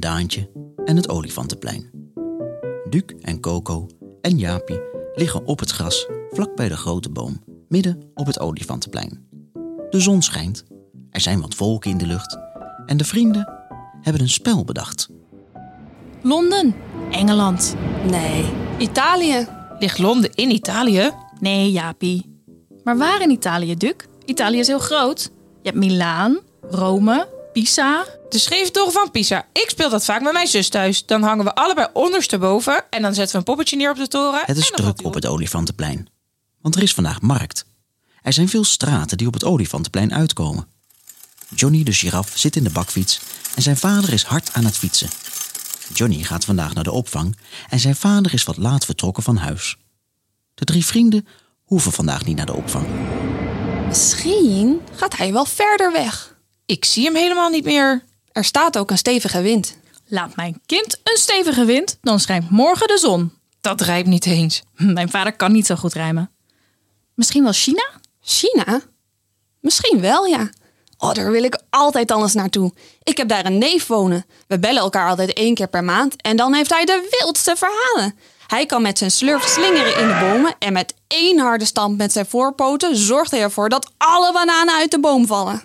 Daantje en het olifantenplein. Duc en Coco en Jaapie liggen op het gras vlak bij de grote boom, midden op het olifantenplein. De zon schijnt, er zijn wat wolken in de lucht en de vrienden hebben een spel bedacht. Londen? Engeland. Nee. Italië? Ligt Londen in Italië? Nee, Jaapie. Maar waar in Italië, Duc? Italië is heel groot. Je hebt Milaan, Rome, Pisa. De scheeftoren van Pisa. Ik speel dat vaak met mijn zus thuis. Dan hangen we allebei ondersteboven en dan zetten we een poppetje neer op de toren. Het is en dan valt druk die op het olifantenplein, want er is vandaag markt. Er zijn veel straten die op het olifantenplein uitkomen. Johnny de giraf zit in de bakfiets en zijn vader is hard aan het fietsen. Johnny gaat vandaag naar de opvang en zijn vader is wat laat vertrokken van huis. De drie vrienden hoeven vandaag niet naar de opvang. Misschien gaat hij wel verder weg. Ik zie hem helemaal niet meer. Er staat ook een stevige wind. Laat mijn kind een stevige wind, dan schijnt morgen de zon. Hm, Dat rijmt niet eens. Mijn vader kan niet zo goed rijmen. Misschien wel China? China? Misschien wel, ja. Oh, daar wil ik altijd alles naartoe. Ik heb daar een neef wonen. We bellen elkaar altijd één keer per maand en dan heeft hij de wildste verhalen. Hij kan met zijn slurf slingeren in de bomen en met één harde stamp met zijn voorpoten zorgt hij ervoor dat alle bananen uit de boom vallen.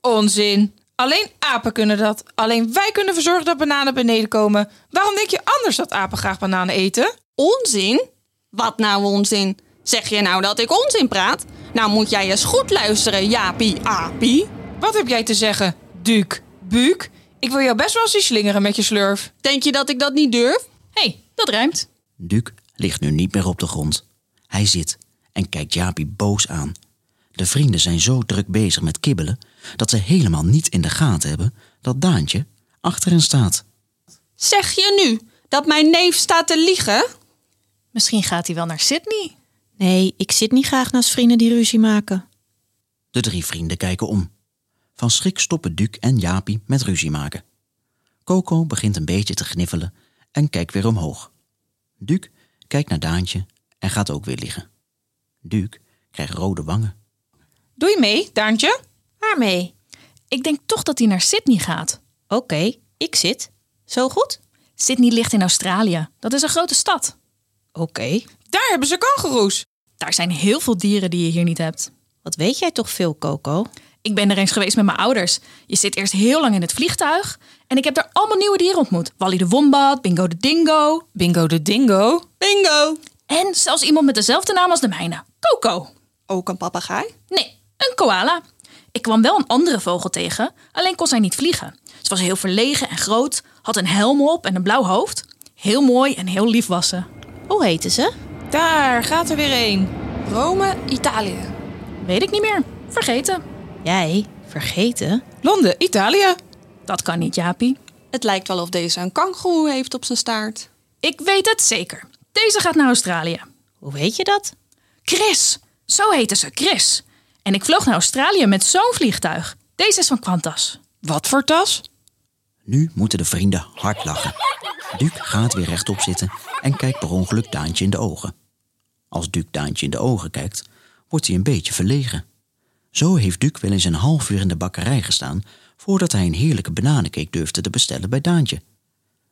Onzin. Alleen apen kunnen dat. Alleen wij kunnen verzorgen dat bananen beneden komen. Waarom denk je anders dat apen graag bananen eten? Onzin? Wat nou onzin? Zeg je nou dat ik onzin praat? Nou moet jij eens goed luisteren, Japie Apie. Wat heb jij te zeggen, Duke? Buuk? Ik wil jou best wel eens zien slingeren met je slurf. Denk je dat ik dat niet durf? Hé, hey, dat rijmt. Duc ligt nu niet meer op de grond. Hij zit en kijkt Jaapie boos aan. De vrienden zijn zo druk bezig met kibbelen dat ze helemaal niet in de gaten hebben dat Daantje achter hen staat. Zeg je nu dat mijn neef staat te liegen? Misschien gaat hij wel naar Sydney. Nee, ik zit niet graag naast vrienden die ruzie maken. De drie vrienden kijken om. Van schrik stoppen Duc en Jaapie met ruzie maken. Coco begint een beetje te gniffelen en kijkt weer omhoog. Duc kijkt naar Daantje en gaat ook weer liggen. Duc krijgt rode wangen. Doe je mee, Daantje? Waarmee? Ik denk toch dat hij naar Sydney gaat. Oké, ik zit. Zo goed? Sydney ligt in Australië. Dat is een grote stad. Oké. Daar hebben ze kangoeroes. Daar zijn heel veel dieren die je hier niet hebt. Wat weet jij toch veel, Coco? Ik ben er eens geweest met mijn ouders. Je zit eerst heel lang in het vliegtuig. En ik heb daar allemaal nieuwe dieren ontmoet. Wally de Wombat, Bingo de Dingo. Bingo de dingo. Bingo! En zelfs iemand met dezelfde naam als de mijne. Coco. Ook een papegaai? Nee, een koala. Ik kwam wel een andere vogel tegen, alleen kon zij niet vliegen. Ze was heel verlegen en groot, had een helm op en een blauw hoofd. Heel mooi en heel lief was ze. Hoe heten ze? Daar gaat er weer een. Rome, Italië. Weet ik niet meer. Vergeten. Jij? Vergeten? Londen, Italië. Dat kan niet, Jaapie. Het lijkt wel of deze een kangoeroe heeft op zijn staart. Ik weet het zeker. Deze gaat naar Australië. Hoe weet je dat? Chris. Zo heette ze, Chris. En ik vloog naar Australië met zo'n vliegtuig. Deze is van Qantas. Wat voor tas? Nu moeten de vrienden hard lachen. Duc gaat weer rechtop zitten en kijkt per ongeluk Daantje in de ogen. Als Duc Daantje in de ogen kijkt, wordt hij een beetje verlegen. Zo heeft Duc wel eens een half uur in de bakkerij gestaan voordat hij een heerlijke bananencake durfde te bestellen bij Daantje.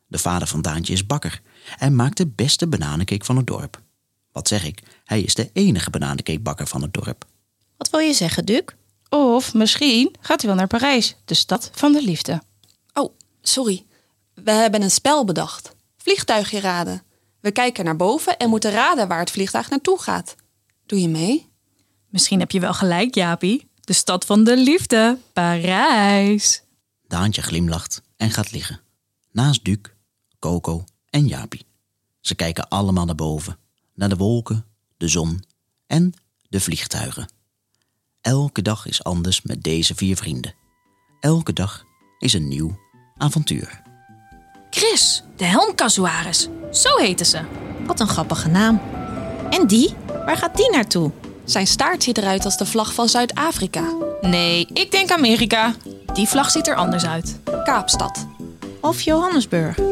De vader van Daantje is bakker en maakt de beste bananencake van het dorp. Wat zeg ik, hij is de enige bananecakebakker van het dorp. Wat wil je zeggen, Duc? Of misschien gaat hij wel naar Parijs, de stad van de liefde. Oh, sorry. We hebben een spel bedacht. Vliegtuigje raden. We kijken naar boven en moeten raden waar het vliegtuig naartoe gaat. Doe je mee? Misschien heb je wel gelijk, Jaapie. De stad van de liefde, Parijs. Daantje glimlacht en gaat liggen. Naast Duc, Coco en Jaapie. Ze kijken allemaal naar boven. Naar de wolken, de zon en de vliegtuigen. Elke dag is anders met deze vier vrienden. Elke dag is een nieuw avontuur. Chris, de helmkazouaris. Zo heette ze. Wat een grappige naam. En die? Waar gaat die naartoe? Zijn staart ziet eruit als de vlag van Zuid-Afrika. Nee, ik denk Amerika. Die vlag ziet er anders uit. Kaapstad. Of Johannesburg?